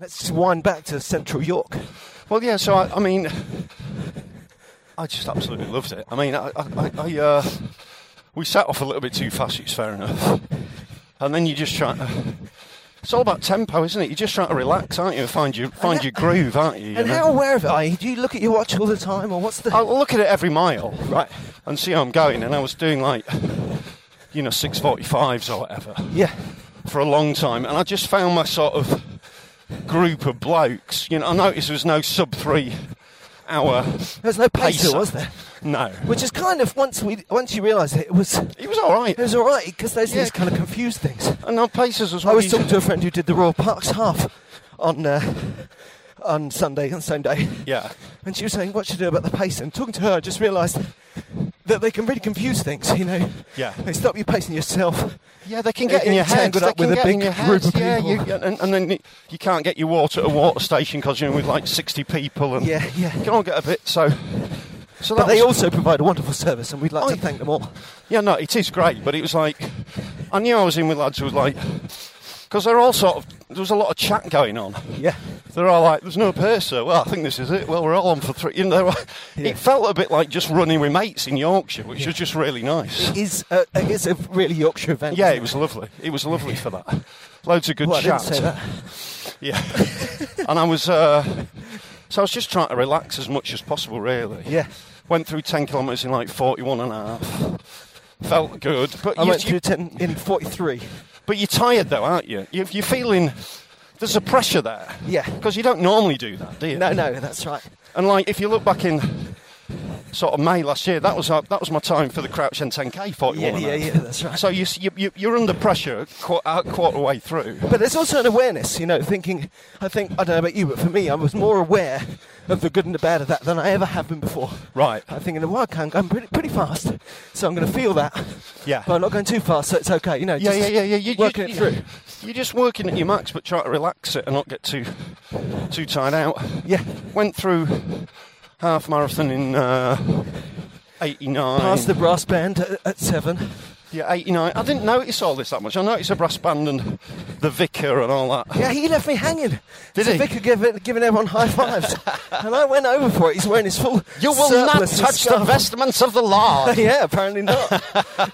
Let's just wind back to Central York.
Well, yeah. So I, I mean, I just absolutely loved it. I mean, I, I, I, I uh, we set off a little bit too fast. It's fair enough. And then you just try. To, it's all about tempo, isn't it? You're just trying to relax, aren't you? Find your find your groove, aren't you? you
And
know?
how aware of it are you? Do you look at your watch all the time, or what's the?
I'll look at it every mile,
Right.
and see how I'm going. And I was doing like, you know, six forty-fives or whatever
Yeah,
for a long time, and I just found my sort of group of blokes. You know, I noticed there was no sub three hour.
there was no pacer,
pacer.
was there?
No,
Which is kind of once we once you realise it, it was it
he was all right.
was all right because those
Yeah.
things kind of confuse things.
And now Pacers was.
I was talking to a friend who did the Royal Parks half on uh, on Sunday on same day,
Yeah.
and she was saying what should I do about the pace. And talking to her, I just realised that they can really confuse things. You know,
Yeah.
they stop you pacing yourself.
Yeah, they can
They
get in
get
your head.
tangled
They
up with
can
a
get
big
in your head.
group of
yeah,
people.
You, and, and then you can't get your water at a water station because you're with like 60 people. And
Yeah, yeah.
You can all get a bit. So, so
But
that
they
was-
also provide a wonderful service, and we'd like
Oh,
to
yeah.
thank them all.
Yeah, no, it is great. But it was like, I knew I was in with lads who was like, because they're all sort of. There was a lot of chat going on.
Yeah,
They're all like, "There's no pacer." Well, I think this is it. Well, we're all on for three. You know, [LAUGHS] they were-
Yeah.
it felt a bit like just running with mates in Yorkshire, which was just really nice.
is a, it's a really Yorkshire event.
Yeah,
isn't
it was lovely. It was lovely for that. Loads of good
Well, I didn't
chat.
say that.
[LAUGHS] Yeah. and I was, uh, so I was just trying to relax as much as possible, really.
Yeah.
Went through 10 kilometres in like 41 and a half. Felt good. But,
I
you,
went
you-
through ten in forty-three.
but you're tired though, aren't you? you? You're feeling, there's a pressure there.
Yeah.
Because you don't normally do that, do you?
No, no, that's right.
And like, if you look back in sort of May last year. That was our, that was my time for the Crouch End 10K 41.
Yeah, yeah, yeah, that's right.
So you, s- you, you- you're under pressure qu- uh, quarter way through.
But there's also an awareness, you know, thinking, I think, I don't know about you, but for me, I was more aware of the good and the bad of that than I ever have been before.
Right.
I'm thinking, well, I can go pretty, pretty fast, so I'm going to feel that.
Yeah.
But I'm not going too fast, so it's okay, you know.
Yeah,
just
yeah, yeah, yeah. You,
working
you,
it through.
You're just working at your max, but try to relax it and not get too too tired out.
Yeah.
Went through half marathon in uh, 89.
Past the brass band at, at seven.
yeah, 89. I didn't notice all this that much. I noticed the brass band and the vicar and all that.
Yeah, he left me hanging.
Did
so
he?
Vicar giving, giving everyone high fives, [LAUGHS] and I went over for it. He's wearing his full.
You will not
surplice and
touch the
scarf.
vestments of the law.
[LAUGHS] yeah, apparently [LAUGHS] not.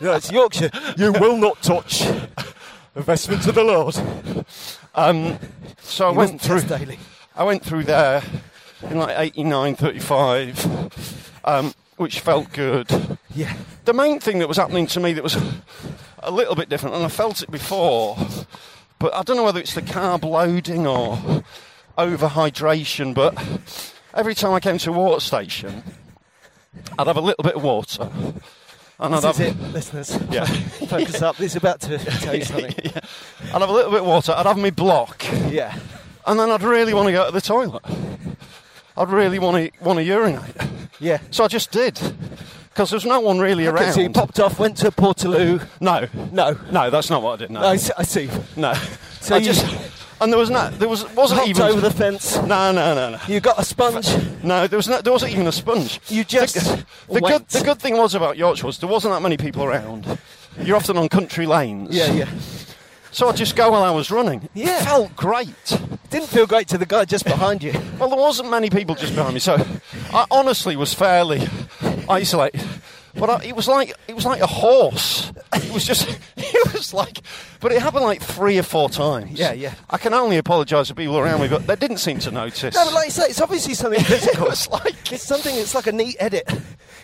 no, it's Yorkshire. You will not touch the vestments of the Lord.
[LAUGHS] Um, so I went
He wasn't
through.
Tess Daily.
I went through there in like 89, 35, um, which felt good.
Yeah.
The main thing that was happening to me that was a little bit different, and I felt it before, but I don't know whether it's the carb loading or overhydration, but every time I came to a water station, I'd have a little bit of water. And
This
I'd
is
have,
it, listeners.
Yeah.
Oh, Focus up. This is
[LAUGHS]
about to [LAUGHS] tell you something.
I'd have a little bit of water, I'd have my block,
Yeah.
and then I'd really want to go to the toilet. I'd really want to want to urinate.
Yeah.
So I just did. Because there's no one really
Okay,
around.
so you popped off, went to Portaloo.
no.
No.
No, that's not what I did. No.
I see. I see.
no.
So
I
you-
just and there was not there was wasn't
Hopped
even
over the fence.
No, no, no, no.
You got a sponge.
No, there was no, there wasn't even a sponge.
You just
the, the
went.
good the good thing was about Yorkshire was there wasn't that many people around. You're often on country lanes.
Yeah, yeah.
So I'd just go while I was running.
Yeah.
It felt great.
Didn't feel great to the guy just
[LAUGHS]
behind you.
Well, there wasn't many people just behind me, so I honestly was fairly isolated. But I, it was like it was like a horse. It was just [LAUGHS] it was like, but it happened like three or four times.
Yeah, yeah.
I can only apologise to people around me, but they didn't seem to notice.
No,
[LAUGHS]
but like you say, it's obviously something physical. [LAUGHS]
It's like-
it's something. It's like a neat edit.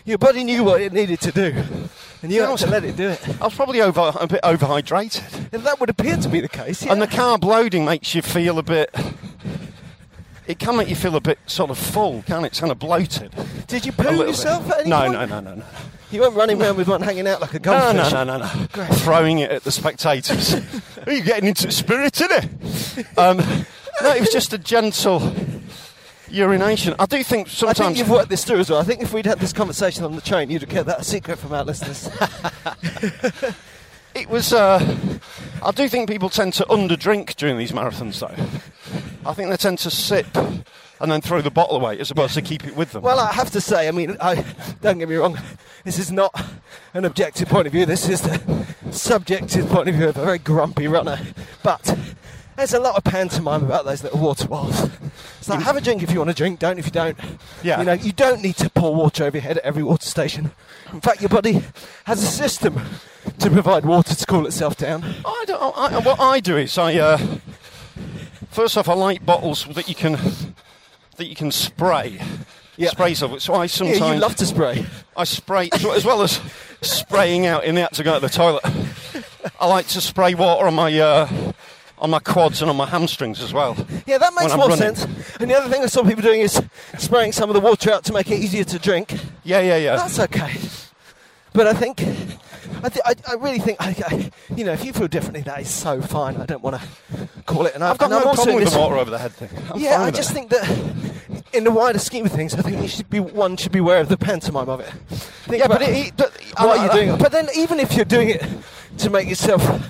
Your body knew what it needed to do, and
Yeah,
you had to
also-
let it do it.
I was probably over a bit overhydrated,
And that would appear to be the case. Yeah.
and the carb loading makes you feel a bit. It can make you feel a bit sort of full, can it? It's kind of bloated.
Did you
A
poo
little bit.
yourself at any
No,
point?
no, no, no, no.
You weren't running around with one hanging out like a
No,
goldfish.
no, no, no, no. Throwing it at the
[LAUGHS]
spectators. Are you getting into the spirit today? Um, no, it was just a gentle urination. I do think
I
sometimes.
think you've worked this through as well. I think if we'd had this conversation on the train, you'd have kept that a secret from our [LAUGHS] listeners.
It was. Uh, I do think people tend to underdrink during these marathons, though. I think they tend to sip and then throw the bottle away as opposed to keep it with them.
well, I have to say, I mean, I, don't get me wrong, this is not an objective point of view. This is the subjective point of view of a very grumpy runner. But there's a lot of pantomime about those little water bottles. It's like, have a drink if you want to drink, don't if you don't.
Yeah.
You know, you don't need to pour water over your head at every water station. In fact, your body has a system to provide water to cool itself down.
I don't. I, what I do is I. Uh, first off, I like bottles that you can that you can spray.
Yeah.
Spray stuff. So I sometimes.
Yeah, you love to spray.
I spray as well- as well as spraying out in the out to go to the toilet. I like to spray water on my uh, on my quads and on my hamstrings as well.
Yeah, that
when
makes
I'm
more
running.
sense. And the other thing I saw people doing is spraying some of the water out to make it easier to drink.
Yeah, yeah, yeah.
That's okay. But I think, I, th- I, I really think, I, I, you know, if you feel differently, that is so fine. I don't want to call it. And I-
I've got
and I'm
no
also
problem
in
with
this-
the water over the head thing. I'm
yeah,
fine
I
with
just
it.
think that in the wider scheme of things, I think you should be one should be aware of the pantomime of it. Think
Yeah, but
about
it, it, but-
what
I-
are you
I-
doing? But then, even if you're doing it to make yourself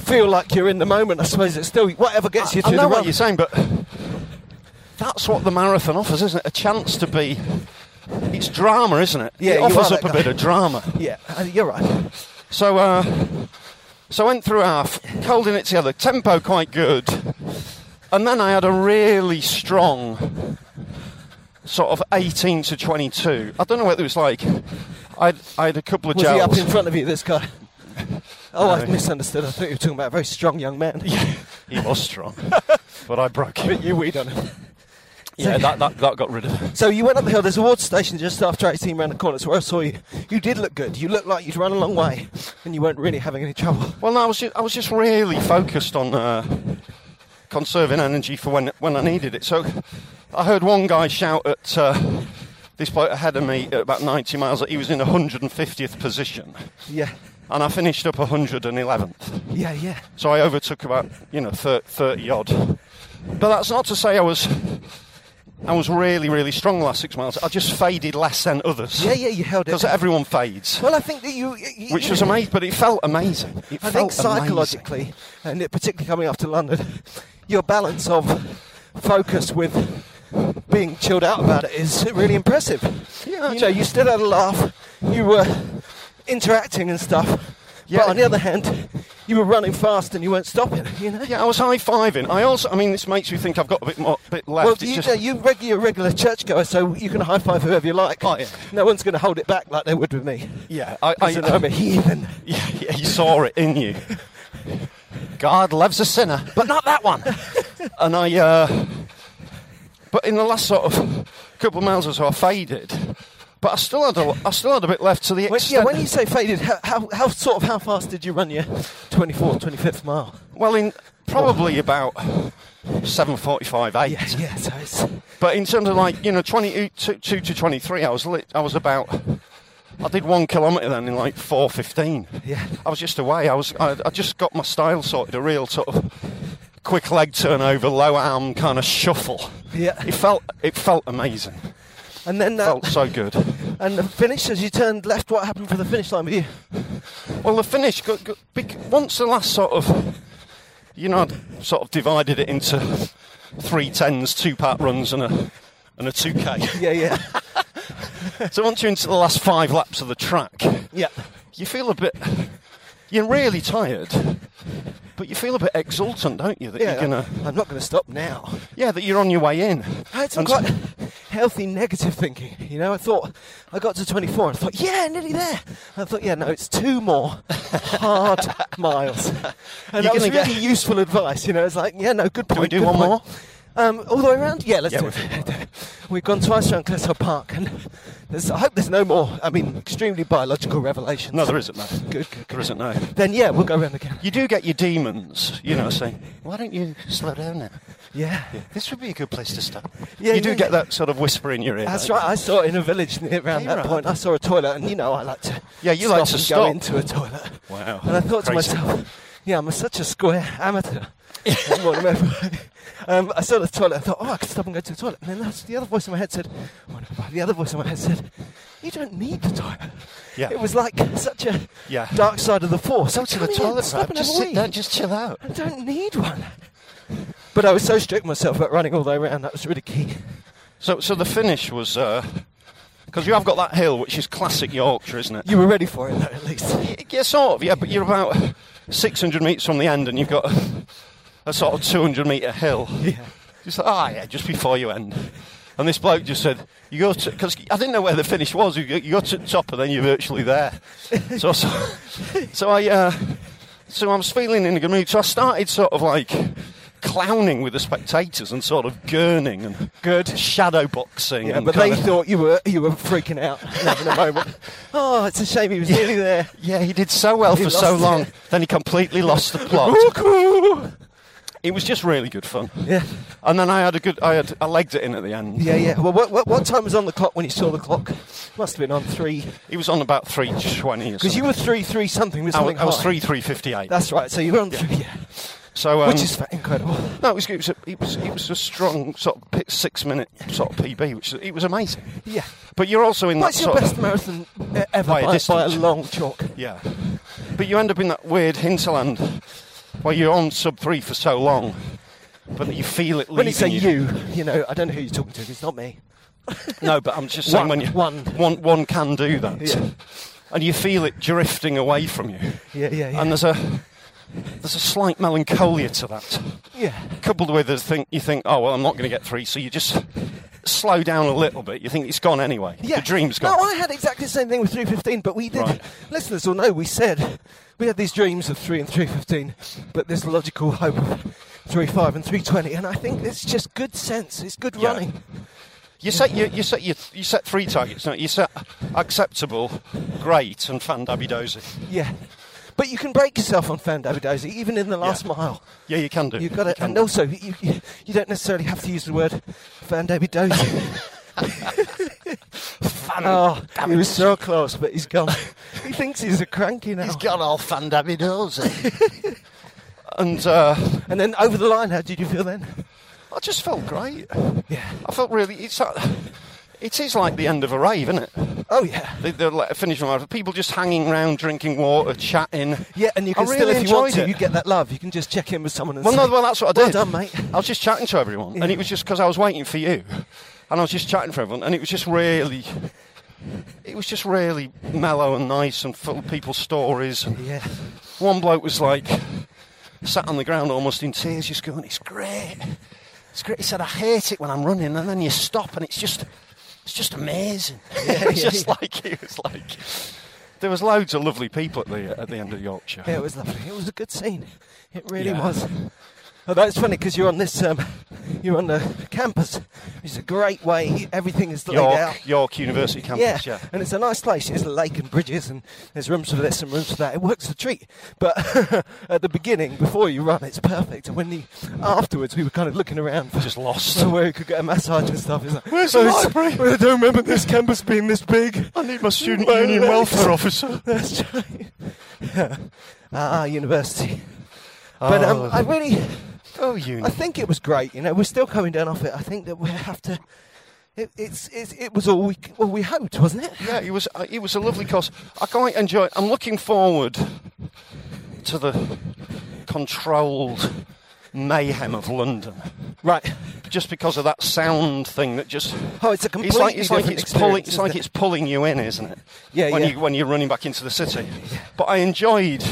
feel like you're in the moment, I suppose it's still whatever gets you
I
through
know
the
what
run.
you're saying, but that's what the marathon offers, isn't it? A chance to be. It's drama, isn't it?
Yeah,
it
you
offers
are
up
that
a bit
guy.
of drama.
Yeah, uh, you're right.
So, uh, so I went through half, holding it together, tempo quite good, and then I had a really strong sort of 18 to 22. I don't know whether it was like I had, I had a couple of
Was he
gels.
up in front of you, this [LAUGHS] guy? Oh, I
No.
misunderstood. I thought you were talking about a very strong young [LAUGHS] man.
He was [LAUGHS] strong, but I broke him.
you weed on him.
Yeah, that, that, that got rid of him.
So you went up the hill. There's a water station just after 18 round the corner. It's where I saw you. You did look good. You looked like you'd run a long way, and you weren't really having any trouble.
Well, no, I was just, I was just really focused on uh, conserving energy for when when I needed it. So I heard one guy shout at uh, this bloke ahead of me at about 90 miles, he was in 150th position.
Yeah.
And I finished up 111th.
Yeah, yeah.
So I overtook about, you know, thir- 30 odd. But that's not to say I was. I was really, really strong the last six miles. I just faded less than others.
Yeah, yeah, you held it.
Because everyone fades.
Well, I think that you. you
Which
you-
was amazing, but it felt amazing. It
I think
felt amazing.
psychologically, and it, particularly coming after London, your balance of focus with being chilled out about it is really impressive.
Yeah,
you know, you still had a laugh, you were interacting and stuff,
Yeah.
but on the other hand, you were running fast and you weren't stopping. You know.
Yeah, I was high fiving. I also, I mean, this makes me think I've got a bit more, bit left.
Well,
It's
you,
just-
know, you reg- you're a regular churchgoer, so you can high five whoever you like.
Oh, yeah. Oh,
No one's going to hold it back like they would with me. [LAUGHS]
yeah, I, I, um,
'Cause they know I'm a heathen.
[LAUGHS] yeah, yeah, you saw it in you. God loves a sinner, but not that
[LAUGHS]
one. and I, uh, but in the last sort of couple of miles or so, I faded. But I still had a, I still had a bit left to the
When,
extent.
yeah, when you say faded, how, how, how sort of how fast did you run your 24th, 25th mile?
well, in probably about seven forty-five, eight.
Yeah, yeah. So it's
But in terms of like you know 22 to 23, I was lit, I was about. I did one kilometre then in like 4:15.
Yeah.
I was just away. I was I, I just got my style sorted. A real sort of quick leg turnover, low arm kind of shuffle.
Yeah.
It felt it felt amazing.
and then that,
felt so good.
and the finish as you turned left. What happened for the finish line with you?
Well, the finish got, got, bec- once the last sort of you know I'd sort of divided it into three tens, two part runs, and a and a two
[LAUGHS]
k.
Yeah, yeah,
So once you're into the last five laps of the track,
yeah,
you feel a bit you're really tired but you feel a bit exultant don't you that
[LAUGHS] yeah.
you're gonna
I'm not going to stop now.
yeah that you're on your way in
I had some
And-
quite [LAUGHS] healthy negative thinking. You know, I thought I got to 24 and I thought, yeah, nearly there. I thought, yeah, no, it's two more
[LAUGHS]
hard miles. And
You're
that was
gonna get-
really useful advice. You know, it's like, yeah, no, good point.
we do
good
one
point.
more?
Um, all the way around? Yeah, let's
Yeah,
do
we've-
it. [LAUGHS] We've gone twice around Clissold Park, and there's, I hope there's no more. I mean, extremely biological revelations.
no there isn't no
Good, good,
there isn't no
Then yeah, we'll go around again.
you do get your demons you know saying why don't you slow down now
Yeah,
this would be a good place to stop
Yeah,
you do
yeah,
get
yeah.
that sort of whisper in your ear
that's
don't you?
right. I saw it in a village near around
Yeah,
that
right.
point. I saw a toilet, and you know, I like to
Yeah, you like to
and
stop.
go into a toilet.
Wow,
And I thought
crazy.
to myself, yeah, I'm such a square
[LAUGHS]
amateur. I'm one of them. um, I saw the toilet. I thought, oh, I could stop and go to the toilet. And then that's- the other voice in my head said, oh, no, the other voice in my head said, you don't need the toilet.
Yeah.
It was like such a
Yeah.
dark side of the force.
go to the
Come in,
toilet
stop
Rab.
and
just
have a
sit
wee.
down just chill out
I don't need one. But I was so strict with myself about running all the way around. That was really key.
so so the finish was because you have got that hill which is classic yorkshire isn't it
You were ready for it, though, at least.
Yeah, sort of, yeah, but you're about 600 metres from the end and you've got a, a sort of 200 metre hill. Yeah. Just like, ah, yeah, just before you end. And this bloke just said, you go to, because I didn't know where the finish was, you go, you go to the top and then you're virtually
[LAUGHS]
there. So, so, so I, uh, so I was feeling in a good mood, so I started sort of like clowning with the spectators and sort of gurning and
Good.
shadow boxing.
Yeah,
and
but they
kinda-
thought you were you were freaking out [LAUGHS] and having
[LAUGHS]
a moment. Oh, it's a shame he was nearly there.
Yeah, he did so well
He
for so
lost
long,
it.
then he completely
[LAUGHS]
lost the plot.
Cuckoo!
It was just really good fun.
Yeah,
And then I had a good, I had, I legged it in at the end.
yeah, yeah. Well, what, what, what time was on the clock when you saw the clock? Must have been on three.
It was on about three twenty.
Because you were three, three something. Was
I,
something
was- I was
high.
three three fifty eight.
That's right. So you were on three, yeah.
So um,
Which is fa- incredible.
no, it was, it was, a, it was it was a strong sort of pi- six minute sort of PB, which is- it was amazing.
Yeah.
But you're also in
What's
that
your
sort
best
of
marathon uh, ever
By a
by, by a
distance.
long chalk?
yeah. But you end up in that weird hinterland where you're on sub three for so long, but that you feel it.
When you say
leaving
you, you know, I don't know who you're talking to. 'cause It's not me.
No, but I'm just saying
One-
when you
one.
one, one can do that,
Yeah.
and you feel it drifting away from you.
Yeah, yeah, yeah.
And there's a there's a slight melancholia to that,
yeah.
coupled with the thing you think, oh well, I'm not going to get three, so you just slow down a little bit. You think it's gone anyway.
Yeah.
The dream's gone.
No, I had exactly the same thing with 315, but we did.
Right.
Listeners will know we said we had these dreams of 3 and 315, but this logical hope of 35 and 320, and I think it's just good sense. It's good
Yeah.
running.
You set you, you set you, you set three targets. No, you set acceptable, great, and fan dabby dozy.
Yeah. But you can break yourself on Fan Davidosi, even in the last
Yeah.
mile.
Yeah, you can do.
You've got it.
can
And
do.
also, you,
[LAUGHS]
you, you don't necessarily have to use the word Fan Davidosi.
fan.
Oh,
damn
he
it.
was so close, but he's
[LAUGHS]
gone. he thinks he's a cranky now.
He's gone all fan dabby dozy.
And uh,
And then over the line, how did you feel then?
I just felt great. Yeah. I felt really. It's that. It is like the end of a rave, isn't it?
Oh yeah,
The, the like, finishing rave. People just hanging around, drinking water, chatting.
yeah. And you
I
can still,
really
if you want
enjoyed
to,
it.
you get that love. You can just check in with someone and
Well,
say,
no, well, that's what I
Well
did.
done, mate.
I was just chatting to everyone, and it was just because I was waiting for you, and I was just chatting for everyone, and it was just really, it was just really mellow and nice, and full of people's stories. And
Yeah.
one bloke was like, sat on the ground almost in tears, just going, "It's great, it's great." He said, "I hate it when I'm running, and then you stop, and it's just, it's just
[LAUGHS]
amazing." it's just like it was like. There was loads of lovely people at the at the end of Yorkshire.
Yeah, it was lovely. It was a good scene. It really
Yeah.
was. Although it's funny because you're on this, um, you're on the campus, which is a great way. Everything is laid out.
York, York University campus.
yeah.
Yeah,
and it's a nice place. It's a lake and bridges, and there's rooms for this and rooms for that. It works the treat. But [LAUGHS] at the beginning, before you run, it's perfect. And when you, afterwards, we were kind of looking around for
just lost.
so where we could get a massage and stuff. It's like,
Where's the
"Oh, it's-
library?"
well, [LAUGHS] I don't remember this campus being this big. [LAUGHS]
I need my student
My
union
legs.
welfare officer.
That's right. [LAUGHS] Ah, university. But um, I really,
Oh, you.
I think it was great. You know, we're still coming down off it. I think that we have to. It, it's, it's it was all we c- well we hoped, wasn't it?
Yeah, it was. uh, It was a lovely course. I quite enjoy. I'm looking forward to the controlled mayhem of London,
Right.
just because of that sound thing that just.
Oh, it's a
It's
completely
like it's like
different
it's pulling
experience,
it's like
isn't
it's pulling you in, isn't it?
Yeah,
when
yeah.
You, when you're running back into the city, but I enjoyed.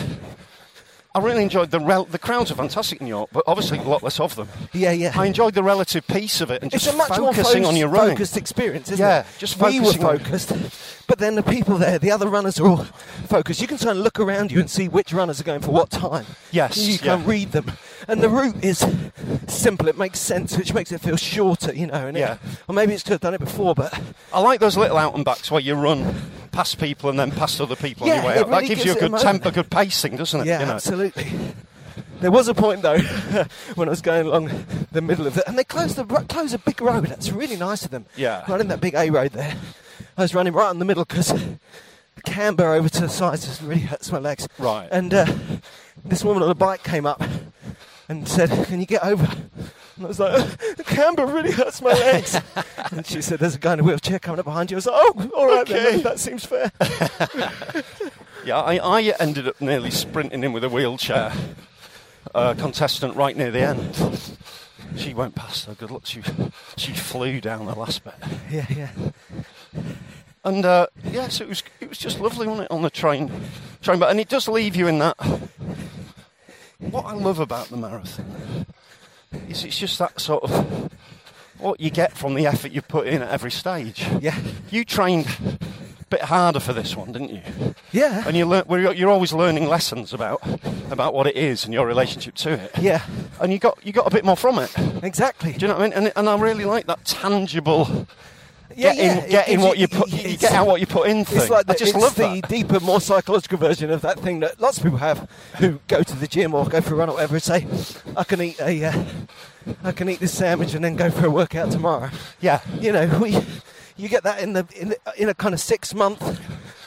I really enjoyed the rel- the crowds are fantastic in York, but obviously a lot less of them.
Yeah, yeah.
I enjoyed the relative peace of it and
It's
just
a much more
focusing
focused,
on your running.
focused experience, isn't
Yeah,
it?
just
we were
focusing on-
focused, [LAUGHS] but then the people there, the other runners are all focused. You can try and look around you and see which runners are going for what time.
Yes,
you can
yeah.
read them, and the route is simple. It makes sense, which makes it feel shorter, you know. And it-
Yeah.
or maybe it's could have done it before, but
I like those little out and backs where you run past people and then past other people on
Yeah,
your way
it
up.
really
that gives,
gives
you
it
a
a
good
moment.
tempo, good pacing, doesn't it?
Yeah,
You know?
absolutely. There was a point though [LAUGHS] when I was going along the middle of the, and they closed the ro- closed a big road. That's really nice of them.
Yeah.
running that big A road there. I was running right in the middle because the camber over to the sides just really hurts my legs.
Right.
And uh, this woman on a bike came up and said, "Can you get over?" And I was like, "Oh, "The camber really hurts
[LAUGHS]
my legs." and she said, "There's a guy in a wheelchair coming up behind you." I was like, "Oh, all right, then,
Okay.
that
[LAUGHS]
seems fair."
Yeah, I, I ended up nearly sprinting in with a wheelchair uh, contestant right near the end. She went past her. Good luck. She she flew down the last bit.
yeah, yeah.
And uh, yes, it was it was just lovely, wasn't it, on the train train but and it does leave you in that what I love about the marathon is it's just that sort of what you get from the effort you put in at every stage.
Yeah.
You trained a bit harder for this one, didn't you?
Yeah.
And you learn, well, you're you're always learning lessons about about what it is and your relationship to it.
Yeah.
And you got you got a bit more from it.
Exactly.
Do you know what I mean? And, and I really like that tangible
yeah,
get in,
yeah.
get
It
in
gives
what you put,
[LAUGHS] it's-
you get out what you put in. Thing.
It's like the,
I just
it's
love
the
that.
deeper, more psychological version of that thing that lots of people have who go to the gym or go for a run or whatever and say, "I can eat a, uh, I can eat this sandwich and then go for a workout tomorrow."
Yeah,
You know, we, you get that in the in, the, in a kind of six month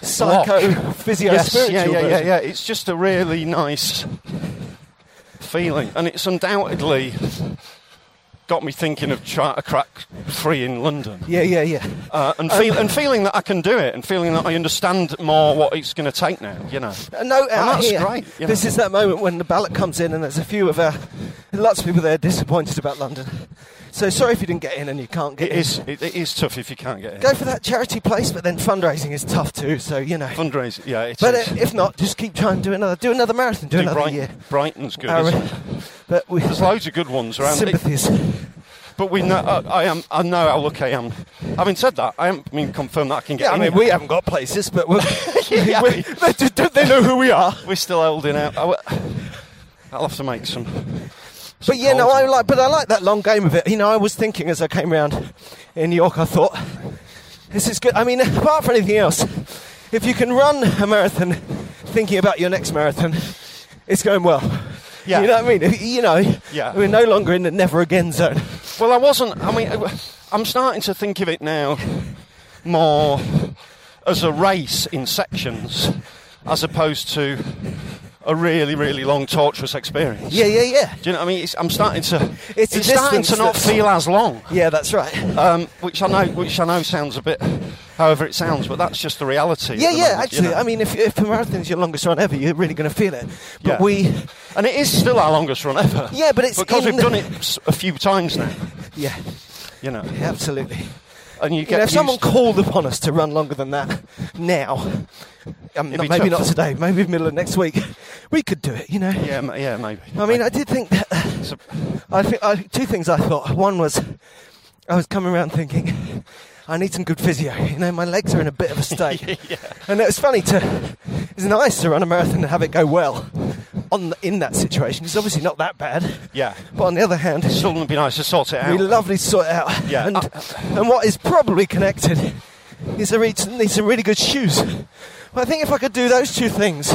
psycho physio
Yes,
spiritual
yeah, yeah, yeah,
version.
yeah. It's just a really nice feeling, and it's undoubtedly got me thinking of trying to crack free in London.
yeah, yeah, yeah.
Uh, and, feel, and feeling that I can do it, and feeling that I understand more what it's going to take now, you know.
a note
And
out
that's
here.
great, you
This
know.
is that moment when the ballot comes in, and there's a few of our lots of people there disappointed about London. So sorry if you didn't get in and you can't get
It
in.
is, it, it is tough if you can't get in.
Go for that charity place, but then fundraising is tough too. So you know.
Fundraising, yeah, it's
but uh, if not, just keep trying to do another, do another marathon, do, another
Bright-
year.
Brighton's good,
Our,
isn't it?
but we,
There's loads of good ones around. It-
sympathies.
But we know. Uh, I am. I know how lucky I am. Having said that, I haven't been confirmed that I can get.
Yeah, I
in
mean
yet.
we haven't got places, but [LAUGHS] we're,
Yeah.
we're- they, just- don't they know who we are?
we're still holding out. I w- I'll have to make some.
But yeah, no, I like. But I like that long game of it. You know, I was thinking as I came round in New York, I thought this is good. I mean, apart from anything else, if you can run a marathon thinking about your next marathon, it's going well.
Yeah.
You know what I mean? [LAUGHS] You know,
Yeah.
we're no longer in the never
[LAUGHS]
again zone.
Well, I wasn't. I mean, I w- I'm starting to think of it now more as a race in sections, as opposed to a really, really long, torturous experience.
Yeah, yeah, yeah.
Do you know what I mean? It's, I'm starting to.
It's
It's,
a
starting to
distance
not
that's-
feel as long.
Yeah, that's right.
Um, which I know, which I know, sounds a bit. However, it sounds, but that's just the reality. at
Yeah,
the
yeah,
moment, you
actually.
know.
I mean, if, if a marathon's your longest run ever, you're really going to feel it. But
Yeah.
we.
and it is still our longest run ever.
Yeah, but it's
because
in
we've
the-
done it s- a few times now.
Yeah,
You know,
yeah, absolutely.
and you
You
get
know, if someone
used to-
called upon us to run longer than that now, um,
It'd
not-
be
maybe
tough.
not today, maybe middle of next week, we could do it, you know?
Yeah, ma- yeah, maybe.
I mean, I did think that.
It's a-
I think I, two things I thought. One was, I was coming around thinking, I need some good physio. You know, my legs are in a bit of
[LAUGHS]
a state, and it was funny to. It's nice to run a marathon and have it go well. On the, in that situation, it's obviously not that bad.
Yeah.
But on the other hand,
It's still gonna be nice to sort it out.
we lovely sort it out.
Yeah.
And, and what is probably connected is I need some, need some really good shoes. Well, I think if I could do those two things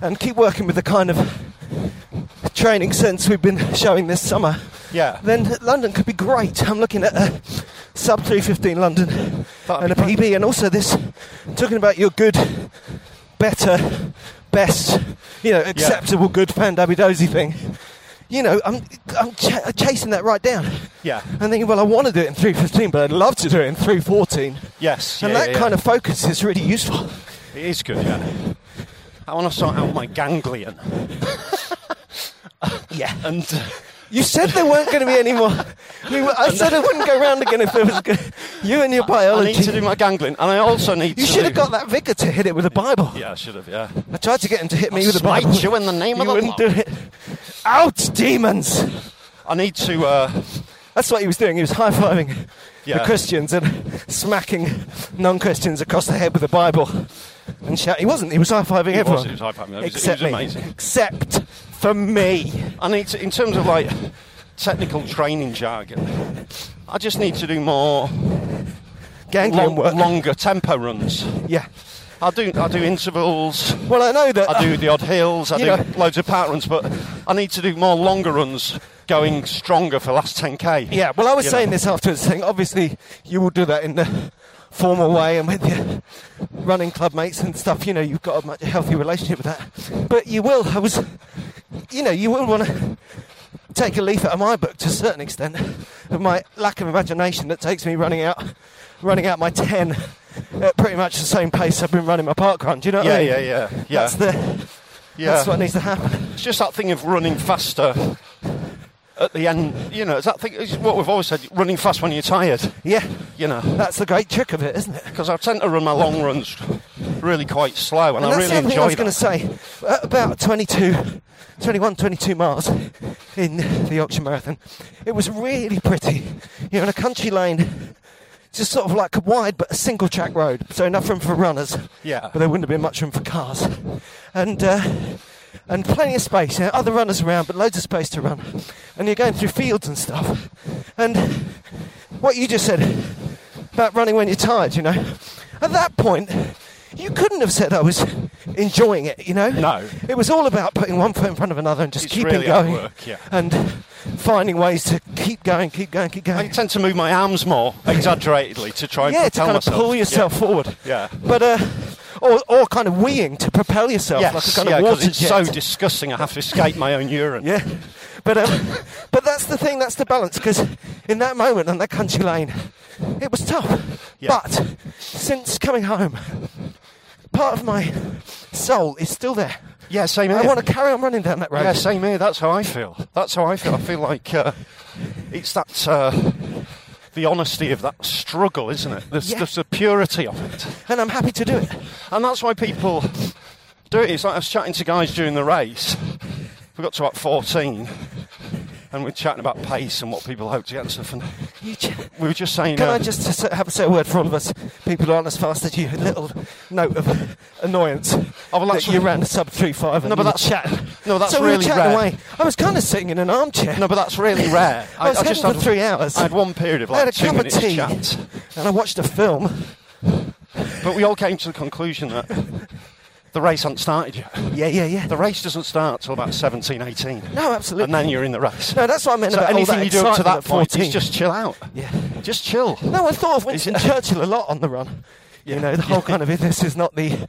and keep working with the kind of training sense we've been showing this summer,
yeah,
then London could be great. I'm looking at a sub 315 London
That'd
and a
be great.
PB, and also this talking about your good, better, best, you know, acceptable good fan Dabidosi thing. You know, I'm I'm ch- chasing that right down.
yeah,
And thinking, well, I want to do it in 315, but I'd love to do it in 314.
yes,
and
yeah,
that
yeah,
kind
yeah.
of focus is really useful.
It is good, yeah. I want to sort out my ganglion.
[LAUGHS] Yeah.
And uh,
You said there weren't going to be any more. [LAUGHS] We were- I said I wouldn't go round again if there was. Gonna, you and your
I
biology.
need to do my ganglion, and I also need
You
to.
should have
do-
got that vicar to hit it with a Bible.
Yeah, I should have, yeah.
I tried to get him to hit me
I'll
with a
smite
Bible.
you
[LAUGHS]
in the name
you
of the
wouldn't
Lord.
do it. Out, demons!
I need to. Uh,
That's what he was doing. He was high fiving the
Yeah.
Christians and smacking non Christians across the head with the Bible. And shout. He wasn't. He was high fiving
He was,
everyone.
he was high-fiving. It was- it
Except
was
me.
amazing.
Except for me.
I need to, in terms of like technical training jargon, I just need to do more
Ganglion
long-
work.
longer tempo runs.
Yeah.
I do, I do intervals.
Well, I know that.
I do the odd hills. I
You
do
know-
loads of part runs, but I need to do more longer runs, going stronger for last 10k.
Yeah, well, I was
You
saying
know.
this afterwards, saying obviously you will do that in the formal way and with your running club mates and stuff. You know, you've got a much healthy relationship with that. But you will, I was, you know, you will want to take a leaf out of my book to a certain extent of my lack of imagination that takes me running out, running out my 10 at pretty much the same pace I've been running my park run. Do you know what
Yeah,
I mean?
yeah, yeah, yeah.
That's, the,
yeah.
that's what needs to happen.
It's just that thing of running faster at the end. You know, it's that thing. It's what we've always said: running fast when you're tired.
Yeah,
You know,
that's the great trick of it, isn't it?
because I tend to run my long runs really quite slow, and, I
that's
really
the
enjoy
other
that.
thing I was going to say. At about 22, 21, 22 miles in the Yorkshire Marathon, it was really pretty. You know, in a country lane, just sort of like a wide but a single track road, so enough room for runners.
Yeah.
But there wouldn't have been much room for cars. And. Uh, and plenty of space, you know, other runners around, but loads of space to run. And you're going through fields and stuff. And what you just said about running when you're tired, you know. At that point, you couldn't have said I was enjoying it, you know.
No.
It was all about putting one foot in front of another and just
It's
keeping
really hard
going
work, yeah.
and finding ways to keep going, keep going, keep
I
going.
tend to move my arms
[LAUGHS]
more exaggeratedly to try and
yeah, to
propel
kind
myself.
of pull yourself
Yeah.
forward.
Yeah.
But uh, or or kind of weeing to propel yourself like a
Yes,
kind
yeah,
of
'cause
water
it's
jet.
so disgusting. I have to escape my own urine.
Yeah, but um, but that's the thing. That's the balance. Because in that moment on that country lane, it was tough.
Yeah.
But since coming home, part of my soul is still there.
yeah same
I
here.
want to carry on running down that road.
Yeah, same here. That's how I feel. That's how I feel. I feel like uh, it's that uh, the honesty of that struggle, isn't it? There's,
Yeah.
there's the purity of it,
and I'm happy to do it.
and that's why people do it. It's like I was chatting to guys during the race. We got to about 14, and we're chatting about pace and what people hope to get and stuff. And
You ch-
we were just saying,
Can I
uh,
just s- have a say a word for all of us people who aren't as fast as you? A little note of annoyance.
Oh, well, that's
that you
re-
ran a sub three five.
[LAUGHS] No, but that's-
chat.
no, that's
so we were
really
chatting
rare.
away. I was kind of sitting in an armchair.
No, but that's really
[LAUGHS]
rare.
I was heading for three hours.
I had one period of
I had
like
a
two
cup of
minutes
tea
chat,
and I watched a film.
but we all came to the conclusion that the race hadn't started yet.
Yeah, yeah, yeah.
The race doesn't start till about 17, 18.
No, absolutely.
And then you're in the race.
No, that's what I meant
So
about all
anything
that
you do up to
excitement
that
at
point
14.
is just chill out.
Yeah.
Just chill.
No, I thought of Winston Churchill a lot on the run. You know, the whole kind of this is not the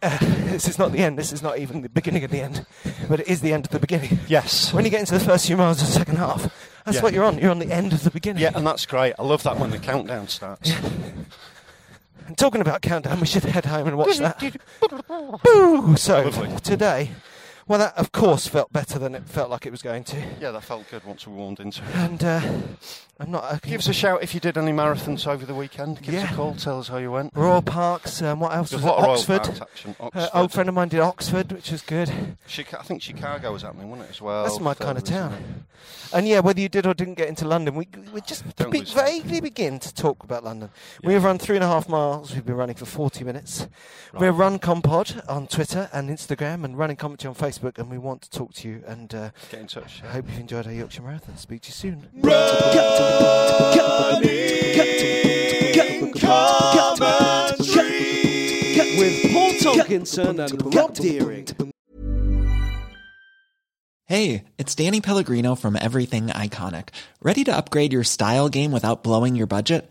uh, this is not the end. This is not even the beginning of the end, but it is the end of the beginning.
Yes.
When you get into the first few miles of the second half, that's
Yeah.
what you're on. You're on the end of the beginning.
Yeah, and that's great. I love that when the countdown starts.
And talking about countdown, we should head home and watch that. Boo! So
Lovely.
today, well, that of course felt better than it felt like it was going to,
Yeah, that felt good once we warmed into it.
and uh, I'm not. Okay.
Give us a shout if you did any marathons over the weekend. Give us
Yeah.
a call. Tell us how you went.
Royal Parks. Um, what else
There's
was
a
it?
lot of Royal
Oxford.
Parks action.
Uh,
Oxford.
old friend of mine did Oxford, which was good.
Chica- I think Chicago was happening, wasn't it, as well?
That's my kind of
Further, isn't it?
town. And yeah, whether you did or didn't get into London, we we just
Don't
be,
lose sight.
vaguely begin to talk about London. We've run three and a half miles. We've been running for forty minutes. We're Run Compod on Twitter and Instagram, and Running Commentary on Facebook. And we want to talk to you. And uh,
Get in touch.
I hope you've enjoyed our Yorkshire Marathon. Speak to you soon.
With Paul Tomkinson and Rob Deering.
Hey, it's Danny Pellegrino from Everything Iconic. Ready to upgrade your style game without blowing your budget?